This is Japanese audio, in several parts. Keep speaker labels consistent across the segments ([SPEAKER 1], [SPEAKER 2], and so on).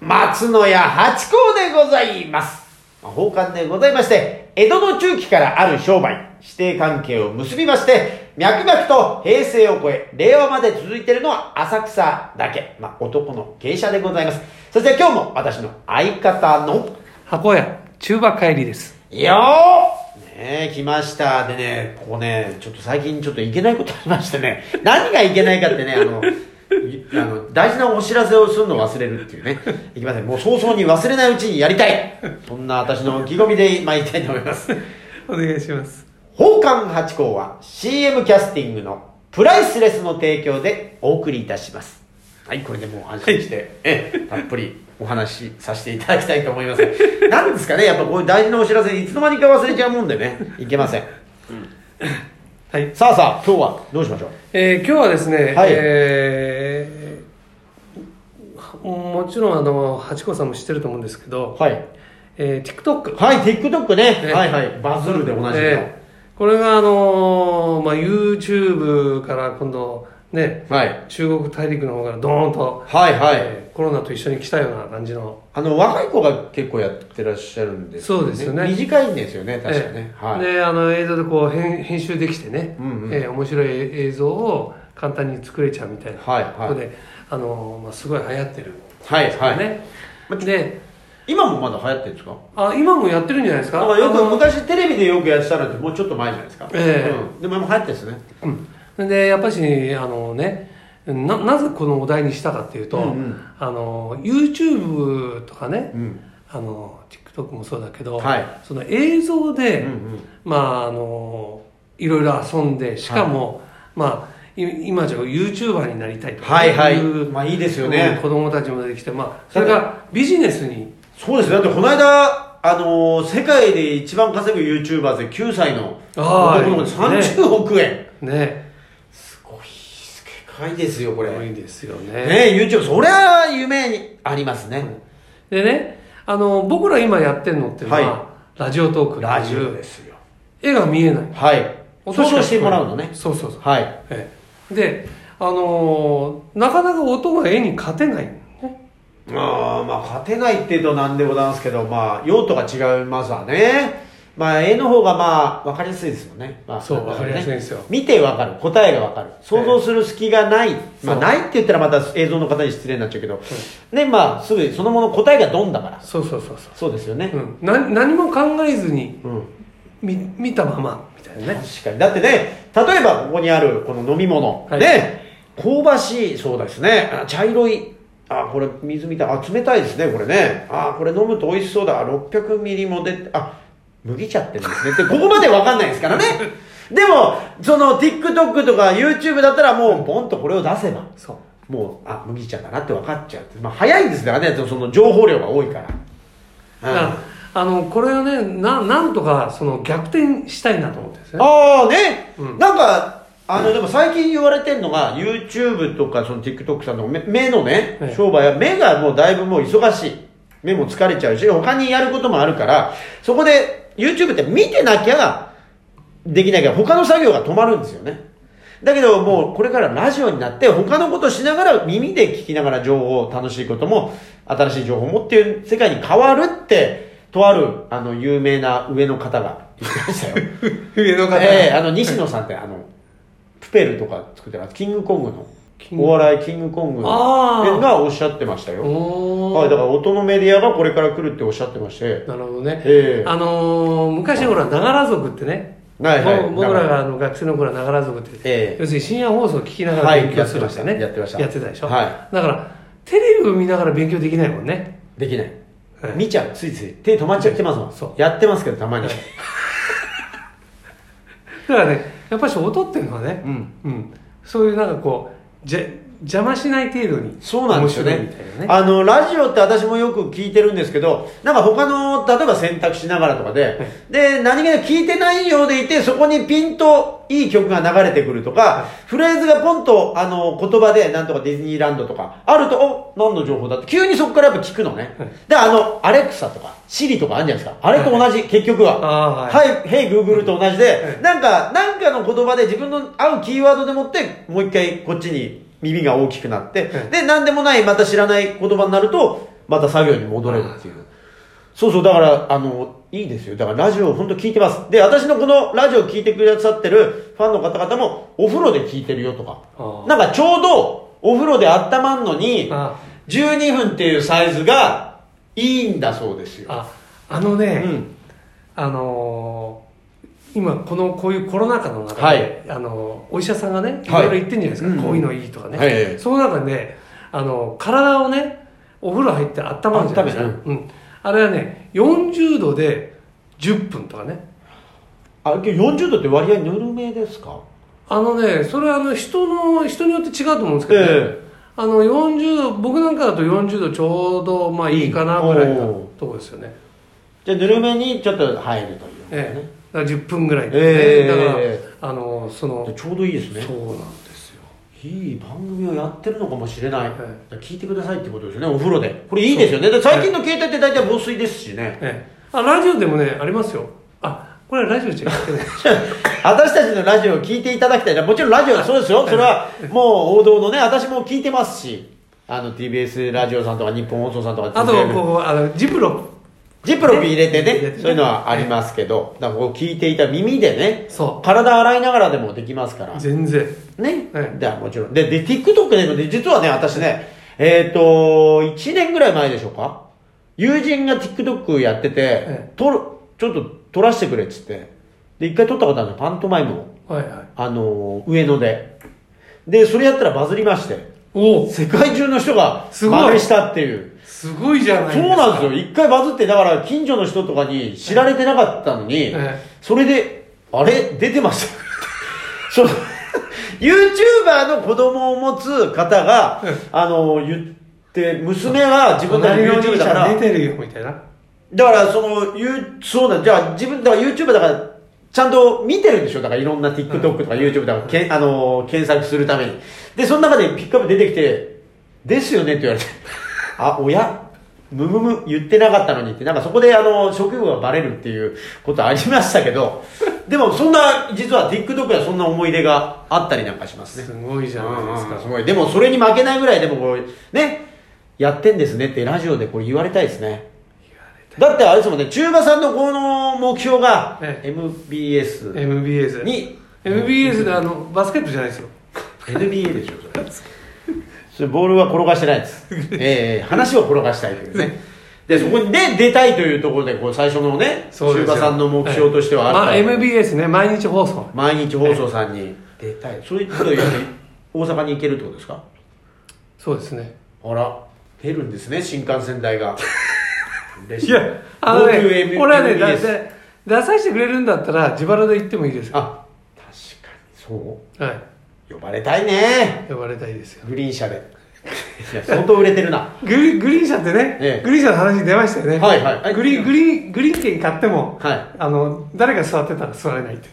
[SPEAKER 1] 松野屋八甲でございます。宝冠でございまして、江戸の中期からある商売、指定関係を結びまして、脈々と平成を超え、令和まで続いているのは浅草だけ。まあ、男の芸者でございます。そして今日も私の相方の、
[SPEAKER 2] 箱屋中馬帰りです
[SPEAKER 1] よーねえ、来ました。でね、ここね、ちょっと最近ちょっといけないことありまして ね、何がいけないかってね、あの、いあの大事なお知らせをするのを忘れるっていうね。いきません。もう早々に忘れないうちにやりたい。そんな私の意気込みで参りたいと思います。
[SPEAKER 2] お願いします
[SPEAKER 1] 宝冠八甲は CM キャスティングのプライスレスの提供でお送りいたします。はい、これでもう安心して、ええたっぷりお話しさせていただきたいと思います。なんですかね、やっぱこういう大事なお知らせ、いつの間にか忘れちゃうもんでね、いけません。
[SPEAKER 2] はい、
[SPEAKER 1] さあさあ、今日はどうしましょう
[SPEAKER 2] えー、今日はですね、
[SPEAKER 1] はい
[SPEAKER 2] えーもちろんあの八甲さんも知ってると思うんですけど、
[SPEAKER 1] はい。
[SPEAKER 2] えー、TikTok
[SPEAKER 1] はい、TikTok ね。
[SPEAKER 2] ね
[SPEAKER 1] はいはい。バズるでおなじみの。
[SPEAKER 2] えーこれがあのーまあ、YouTube から今度ね
[SPEAKER 1] はい。
[SPEAKER 2] 中国大陸の方からドーンと、
[SPEAKER 1] はいはい。
[SPEAKER 2] えーコロナと一緒に来たような感じの
[SPEAKER 1] あの、若い子が結構やってらっしゃるんですよ
[SPEAKER 2] そうですよね
[SPEAKER 1] 短いんですよね、確かね
[SPEAKER 2] え。え
[SPEAKER 1] はい。
[SPEAKER 2] であの映像でこう編編集できてね、
[SPEAKER 1] うんうん
[SPEAKER 2] ええ面白い映像を簡単に作れちゃうみたいな
[SPEAKER 1] はいはい
[SPEAKER 2] ことであの、まあ、すごい流行ってるん
[SPEAKER 1] はい
[SPEAKER 2] ですよ
[SPEAKER 1] はい。
[SPEAKER 2] ね、で
[SPEAKER 1] 今もまだ流行ってるんですか
[SPEAKER 2] あ今もやってるんじゃないですか
[SPEAKER 1] なんかよく
[SPEAKER 2] あの
[SPEAKER 1] 昔テレビでよくやってたのってもうちょっと前じゃないですか、
[SPEAKER 2] ええ
[SPEAKER 1] うんでも今流行ってるんですね
[SPEAKER 2] うん、でやっぱしあのねななぜこのお題にしたかっていうと、
[SPEAKER 1] うんうん
[SPEAKER 2] あの YouTube とかね、
[SPEAKER 1] うん
[SPEAKER 2] あの TikTok もそうだけど、
[SPEAKER 1] はい
[SPEAKER 2] その映像で、
[SPEAKER 1] うんうん
[SPEAKER 2] まああのいろいろ遊んでしかも、まあい今じゃ YouTuber になりたいとか
[SPEAKER 1] はいはい
[SPEAKER 2] いう
[SPEAKER 1] まあいいですよね
[SPEAKER 2] 子供たちも出てきて、まあ、それがビジネスに
[SPEAKER 1] そうですねだってこの間あのー世界で一番稼ぐ YouTuber で9歳の
[SPEAKER 2] ああ
[SPEAKER 1] 男の子で30億円、
[SPEAKER 2] ね
[SPEAKER 1] すごい世界ですよこれ
[SPEAKER 2] 多い
[SPEAKER 1] ね
[SPEAKER 2] んですよね
[SPEAKER 1] え YouTube そりゃ夢にありますね、
[SPEAKER 2] でねあの僕ら今やってるのっていうのは、
[SPEAKER 1] は
[SPEAKER 2] ラジオトーク
[SPEAKER 1] ラジオ
[SPEAKER 2] で
[SPEAKER 1] ですよ
[SPEAKER 2] 絵が見えない
[SPEAKER 1] はい想像してもらうのね
[SPEAKER 2] そうそうそう、
[SPEAKER 1] はい
[SPEAKER 2] ええであのーなかなか音が絵に勝てない、ね、
[SPEAKER 1] あーまあ勝てないっていうとなんでございますけどまあ用途が違いますわねまあ絵の方がまあ分かりやすいですよね、まあ、
[SPEAKER 2] そう
[SPEAKER 1] なん
[SPEAKER 2] 分かりやすいんですよ
[SPEAKER 1] ね見て分かる答えが分かる想像する隙がない、まあ
[SPEAKER 2] そう
[SPEAKER 1] ないって言ったらまた映像の方に失礼になっちゃうけど、ねまあすぐそのもの答えがドンだから
[SPEAKER 2] そうそうそうそ
[SPEAKER 1] そうですよね
[SPEAKER 2] う、うん、な何も考えずに
[SPEAKER 1] うん、
[SPEAKER 2] 見見たままみたいなね
[SPEAKER 1] 確かにだってね例えばここにあるこの飲み物、
[SPEAKER 2] はい
[SPEAKER 1] ね香ばしいそうですねあ茶色いあこれ水みたいあ冷たいですねこれねあこれ飲むと美味しそうだあ600ミリも出てあ麦茶ってんですねってここまで分かんないですからね でもその TikTok とか YouTube だったらもうボンとこれを出せば
[SPEAKER 2] そう
[SPEAKER 1] もうあ麦茶だなって分かっちゃうって、まあ、早いんですからねその情報量が多いから、うん
[SPEAKER 2] だからあのこれをねななんとかその逆転したいなと思ってるんですね
[SPEAKER 1] ああね、
[SPEAKER 2] うん
[SPEAKER 1] なんかあのでも最近言われてるのが YouTube とかその TikTok さんの目目のね、
[SPEAKER 2] はい
[SPEAKER 1] 商売は目がもうだいぶもう忙しい目も疲れちゃうし他にやることもあるからそこで YouTube って見てなきゃできないから他の作業が止まるんですよねだけどもうこれからラジオになって他のことしながら耳で聞きながら情報楽しいことも新しい情報もっていう世界に変わるってとあるあの有名な上の方が言ってましたよ
[SPEAKER 2] 上の
[SPEAKER 1] ええあの西野さんってあのプペルとか作ってますキングコングの
[SPEAKER 2] キング
[SPEAKER 1] お笑いキングコング
[SPEAKER 2] あー
[SPEAKER 1] がおっしゃってましたよ
[SPEAKER 2] お
[SPEAKER 1] はいだから
[SPEAKER 2] ら
[SPEAKER 1] 音のメディアがこれから来るっておっしゃってまして
[SPEAKER 2] なるほどね、
[SPEAKER 1] ええ
[SPEAKER 2] あのー昔ほらながら族ってね
[SPEAKER 1] はいはい
[SPEAKER 2] ぼ僕らがあの学生の頃はながら族って、
[SPEAKER 1] ええ
[SPEAKER 2] 要するに深夜放送を聞きながら
[SPEAKER 1] はい
[SPEAKER 2] 勉強するんですよね、
[SPEAKER 1] やってましたや
[SPEAKER 2] や
[SPEAKER 1] っ
[SPEAKER 2] ってて
[SPEAKER 1] ま
[SPEAKER 2] た
[SPEAKER 1] し
[SPEAKER 2] で
[SPEAKER 1] た
[SPEAKER 2] しょ、
[SPEAKER 1] は
[SPEAKER 2] だからテレビを見ながら勉強できないもんね
[SPEAKER 1] できない
[SPEAKER 2] はい
[SPEAKER 1] 見ちゃうついつい手止まっちゃってますもん
[SPEAKER 2] そう
[SPEAKER 1] やってますけどたまに
[SPEAKER 2] だからねやっぱり音っていうのはね、
[SPEAKER 1] うん
[SPEAKER 2] そういうなんかこうじゃ邪魔しない程度に
[SPEAKER 1] そうなんですよ
[SPEAKER 2] 面
[SPEAKER 1] ね
[SPEAKER 2] 白いみたいなね
[SPEAKER 1] あのラジオって私もよく聞いてるんですけどなんか他の例えば選択しながらとかでで何気ない聞いてないようでいてそこにピンといい曲が流れてくるとかフレーズがポンとあの言葉でなんとかディズニーランドとかあるとお何の情報だって急にそこからやっぱ聞くのねであのアレクサとかシリとかあるんじゃないですかあれと同じ結局は
[SPEAKER 2] あー
[SPEAKER 1] はい「Hey Google」と同じで
[SPEAKER 2] う
[SPEAKER 1] なんかなんかの言葉で自分の合うキーワードでもってもう一回こっちに耳が大きくなって
[SPEAKER 2] うん
[SPEAKER 1] で何でもないまた知らない言葉になるとまた作業に戻れるっていう。そうそう、だから、あの、いいですよ。だからラジオ本当聞いてます。で、私のこのラジオ聞いてくださってるファンの方々も、お風呂で聞いてるよとか。
[SPEAKER 2] あ
[SPEAKER 1] なんかちょうど、お風呂で温まんのに、
[SPEAKER 2] あ
[SPEAKER 1] 12分っていうサイズが、いいんだそうですよ。
[SPEAKER 2] ああの
[SPEAKER 1] う
[SPEAKER 2] ね、
[SPEAKER 1] ん。
[SPEAKER 2] あのー今このこういうコロナ禍の中で、
[SPEAKER 1] はい
[SPEAKER 2] あのーお医者さんがねい
[SPEAKER 1] はい
[SPEAKER 2] ろいろ言ってんじゃないですか、
[SPEAKER 1] うん
[SPEAKER 2] こういうのいいとかね、
[SPEAKER 1] はいはい
[SPEAKER 2] その中で、ね、あのー体をねお風呂入って温まるじゃないですか、
[SPEAKER 1] 温める
[SPEAKER 2] うん、あれはね40度で10分とかね
[SPEAKER 1] あ、今日40度って割合ぬるめですか
[SPEAKER 2] あのねそれはあの人の人によって違うと思うんですけど、ね
[SPEAKER 1] え
[SPEAKER 2] あの40度僕なんかだと40度ちょうどまあいいかなぐらい
[SPEAKER 1] お
[SPEAKER 2] のとこですよね、
[SPEAKER 1] じゃあぬるめにちょっと入るという、ね
[SPEAKER 2] ええ、だから10分ぐらいで、
[SPEAKER 1] ええ
[SPEAKER 2] だからあのーその
[SPEAKER 1] ちょうどいいですね
[SPEAKER 2] そうなんですよ
[SPEAKER 1] いい番組をやってるのかもしれない、
[SPEAKER 2] い
[SPEAKER 1] だから聞いてくださいってことですよねお風呂でこれいいですよねで最近の携帯って大体防水ですしね
[SPEAKER 2] ええ、あラジオでもねありますよあこれはラジオじゃなくて ね
[SPEAKER 1] 私たちのラジオを聞いていただきたいなもちろんラジオはそうですよそれはもう王道のね私も聞いてますしあの TBS ラジオさんとか日本放送さんとか
[SPEAKER 2] あとこうあのジップロッ
[SPEAKER 1] ジップロック入れて
[SPEAKER 2] ね入れ
[SPEAKER 1] ね
[SPEAKER 2] てね
[SPEAKER 1] そういうのはありますけどだからこう聞いていた耳でね
[SPEAKER 2] そ
[SPEAKER 1] 体洗いながらでもできますから
[SPEAKER 2] ク全然
[SPEAKER 1] ね、
[SPEAKER 2] はい
[SPEAKER 1] でもちろんでで TikTok でもね実はね私ねえっ、と1年ぐらい前でしょうか友人が TikTok やってて
[SPEAKER 2] え
[SPEAKER 1] 撮るちょっと撮らせてくれっつってで一回撮ったことあるのパントマイムを
[SPEAKER 2] はいはい
[SPEAKER 1] あのー上野ででそれやったらバズりまして
[SPEAKER 2] おお
[SPEAKER 1] 世界中の人が
[SPEAKER 2] すごい
[SPEAKER 1] 真似したっていう
[SPEAKER 2] すごいじゃない
[SPEAKER 1] そうなんです
[SPEAKER 2] よ
[SPEAKER 1] よ一回バズってだから近所の人とかに知られてなかったのに、
[SPEAKER 2] ええ
[SPEAKER 1] それであれ出てました その YouTuber の子供を持つ方が、
[SPEAKER 2] うん
[SPEAKER 1] あの言って娘は自分の
[SPEAKER 2] 隣のお兄
[SPEAKER 1] YouTuber
[SPEAKER 2] ち
[SPEAKER 1] だか
[SPEAKER 2] ゃん
[SPEAKER 1] ら
[SPEAKER 2] 出てるよみたいな
[SPEAKER 1] だからそのゆそうなんじゃあ自分だから YouTuber だからちゃんと見てるんでしょだからいろんな TikTok とか YouTube だからけ、あの検索するためにでその中でピックアップ出てきて「ですよね」って言われ て「あ親むむむ言ってなかったのに」ってなんかそこであの職業がバレるっていうことありましたけどでもそんな実は TikTok ではそんな思い出があったりなんかしますね
[SPEAKER 2] すごいじゃないですか
[SPEAKER 1] すごいでもそれに負けないぐらいでもこうねやってんですねってラジオでこれ言われたいですねだってあれですもんね中馬さんのこの目標が
[SPEAKER 2] え
[SPEAKER 1] MBS
[SPEAKER 2] MBS
[SPEAKER 1] に
[SPEAKER 2] MBS であのバスケットじゃないですよ
[SPEAKER 1] NBA でしょそれそれボールは転がしてないです ええ話を転がしたいというねでそこにで出たいというところでこう最初のね
[SPEAKER 2] そう
[SPEAKER 1] 中
[SPEAKER 2] ですよ
[SPEAKER 1] 馬さんの目標としてはあるから、
[SPEAKER 2] いまあ、MBS ね毎日放送
[SPEAKER 1] 毎日放送さんに出たいそういうことをやって大阪に行けるってことですか
[SPEAKER 2] そうですね
[SPEAKER 1] あら出るんですね新幹線代が嬉しい
[SPEAKER 2] あの
[SPEAKER 1] 東急
[SPEAKER 2] ね
[SPEAKER 1] M-
[SPEAKER 2] これはねだ
[SPEAKER 1] MBS
[SPEAKER 2] だ出させてくれるんだったら自腹で行ってもいいですよ
[SPEAKER 1] あ確かにそう
[SPEAKER 2] は
[SPEAKER 1] 呼ばれたいね
[SPEAKER 2] い呼ばれたいですよ
[SPEAKER 1] グリーン車で いや相当売れてるな
[SPEAKER 2] グリグリーン車ってね、
[SPEAKER 1] ええ
[SPEAKER 2] グリーン車の話出ましたよね、
[SPEAKER 1] はいはい
[SPEAKER 2] グリグリグリーン券買っても、
[SPEAKER 1] はい
[SPEAKER 2] あの誰が座ってたら座れないって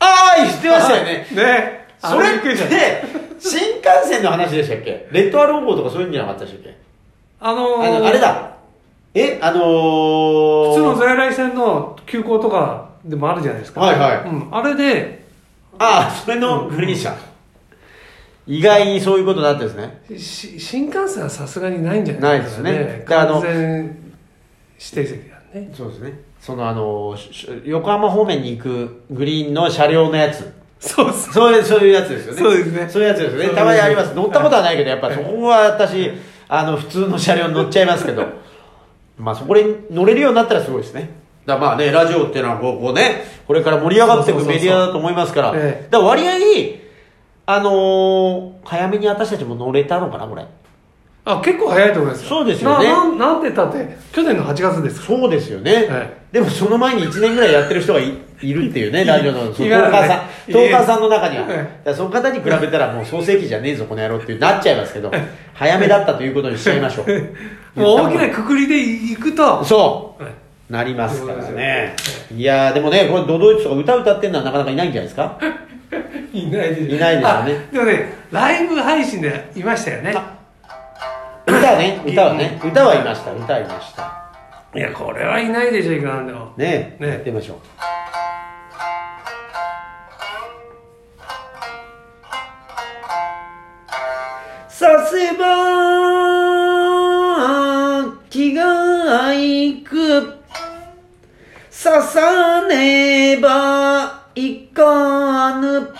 [SPEAKER 1] ああ言ってましたよね
[SPEAKER 2] ね
[SPEAKER 1] それ
[SPEAKER 2] あびくり
[SPEAKER 1] っ
[SPEAKER 2] した
[SPEAKER 1] て新幹線の話でしたっけレッドアロー号とかそういうんじゃなかったでしたっけ
[SPEAKER 2] あの
[SPEAKER 1] あのあれだえあのー、
[SPEAKER 2] 普通の在来線の急行とかでもあるじゃないですか
[SPEAKER 1] はいはい
[SPEAKER 2] うん、あれで
[SPEAKER 1] ああそれのグリーン車意外にそういうことになってるんですね
[SPEAKER 2] し新幹線はさすがにないんじゃないか
[SPEAKER 1] ないですよねであの
[SPEAKER 2] 完全指定席だね
[SPEAKER 1] そうですねそのあのしし横浜方面に行くグリーンの車両のやつ
[SPEAKER 2] そうっす
[SPEAKER 1] そういうそういうやつですよね
[SPEAKER 2] そうですね
[SPEAKER 1] そういうやつですよね
[SPEAKER 2] そう
[SPEAKER 1] たまにあります
[SPEAKER 2] そう
[SPEAKER 1] 乗ったことはないけどやっぱそこは私あの普通の車両に乗っちゃいますけどまあそこに乗れるようになったらすごいですねだからまあねラジオっていうのはこうこうねこれから盛り上がっていく
[SPEAKER 2] そうそうそう
[SPEAKER 1] メ
[SPEAKER 2] そう
[SPEAKER 1] ディアだと思いますからだ
[SPEAKER 2] ええ
[SPEAKER 1] から割合あのー早めに私たちも乗れたのかなこれ
[SPEAKER 2] あ結構早いと思いますよ
[SPEAKER 1] そうですよね
[SPEAKER 2] ななんなんて言ったって去年の8月です
[SPEAKER 1] そうですよね、
[SPEAKER 2] え
[SPEAKER 1] でもその前に1年ぐらいやってる人がいいるっていうねラジオのその
[SPEAKER 2] い
[SPEAKER 1] トーカーさん
[SPEAKER 2] やい
[SPEAKER 1] ト
[SPEAKER 2] や
[SPEAKER 1] ーカーさんの中には、だ
[SPEAKER 2] え
[SPEAKER 1] からその方に比べたらもう創世記じゃねえぞこの野郎ってなっちゃいますけど早めだったということにしちゃいましょう
[SPEAKER 2] もう大きなくくりでいくと、
[SPEAKER 1] そ
[SPEAKER 2] はい、
[SPEAKER 1] うなりますからね
[SPEAKER 2] そう
[SPEAKER 1] いやーでもねこれドドイツとか歌歌ってるのはなかなかいないんじゃないですか
[SPEAKER 2] いないで
[SPEAKER 1] いないですよね
[SPEAKER 2] あでもねライブ配信でいましたよね
[SPEAKER 1] 歌ね歌はね歌はいました歌はいました
[SPEAKER 2] いやこれはいないでしょいくらなんでも
[SPEAKER 1] ねえ
[SPEAKER 2] ね
[SPEAKER 1] やってみましょうさせばいく刺さねばいかぬ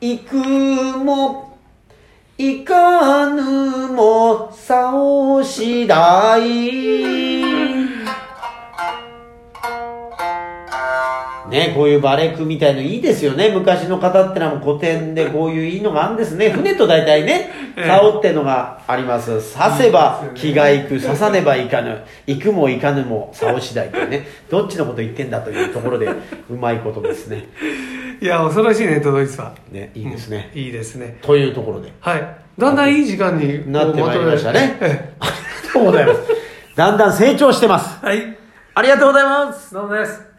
[SPEAKER 1] 行くも行かぬもさおしだいね、こういうバレエ組みたいのいいですよね。昔の方ってのはもう古典でこういういいのがあるんですね。船と大体ね、
[SPEAKER 2] ええ
[SPEAKER 1] 竿ってのがあります。刺せば気がいく、刺さねばいかぬ、行くも行かぬも竿次第というね、どっちのこと言ってんだというところで、うまいことですね。
[SPEAKER 2] いや恐ろしいね届いてた
[SPEAKER 1] ね、 いいですね。
[SPEAKER 2] いいですね
[SPEAKER 1] というところで、
[SPEAKER 2] はいだんだんいい時間に
[SPEAKER 1] なってまいりました
[SPEAKER 2] こうまとめられ
[SPEAKER 1] ね。
[SPEAKER 2] て
[SPEAKER 1] ありがとうございます。だんだん成長してます。
[SPEAKER 2] はい
[SPEAKER 1] ありがとうございます。
[SPEAKER 2] どうもです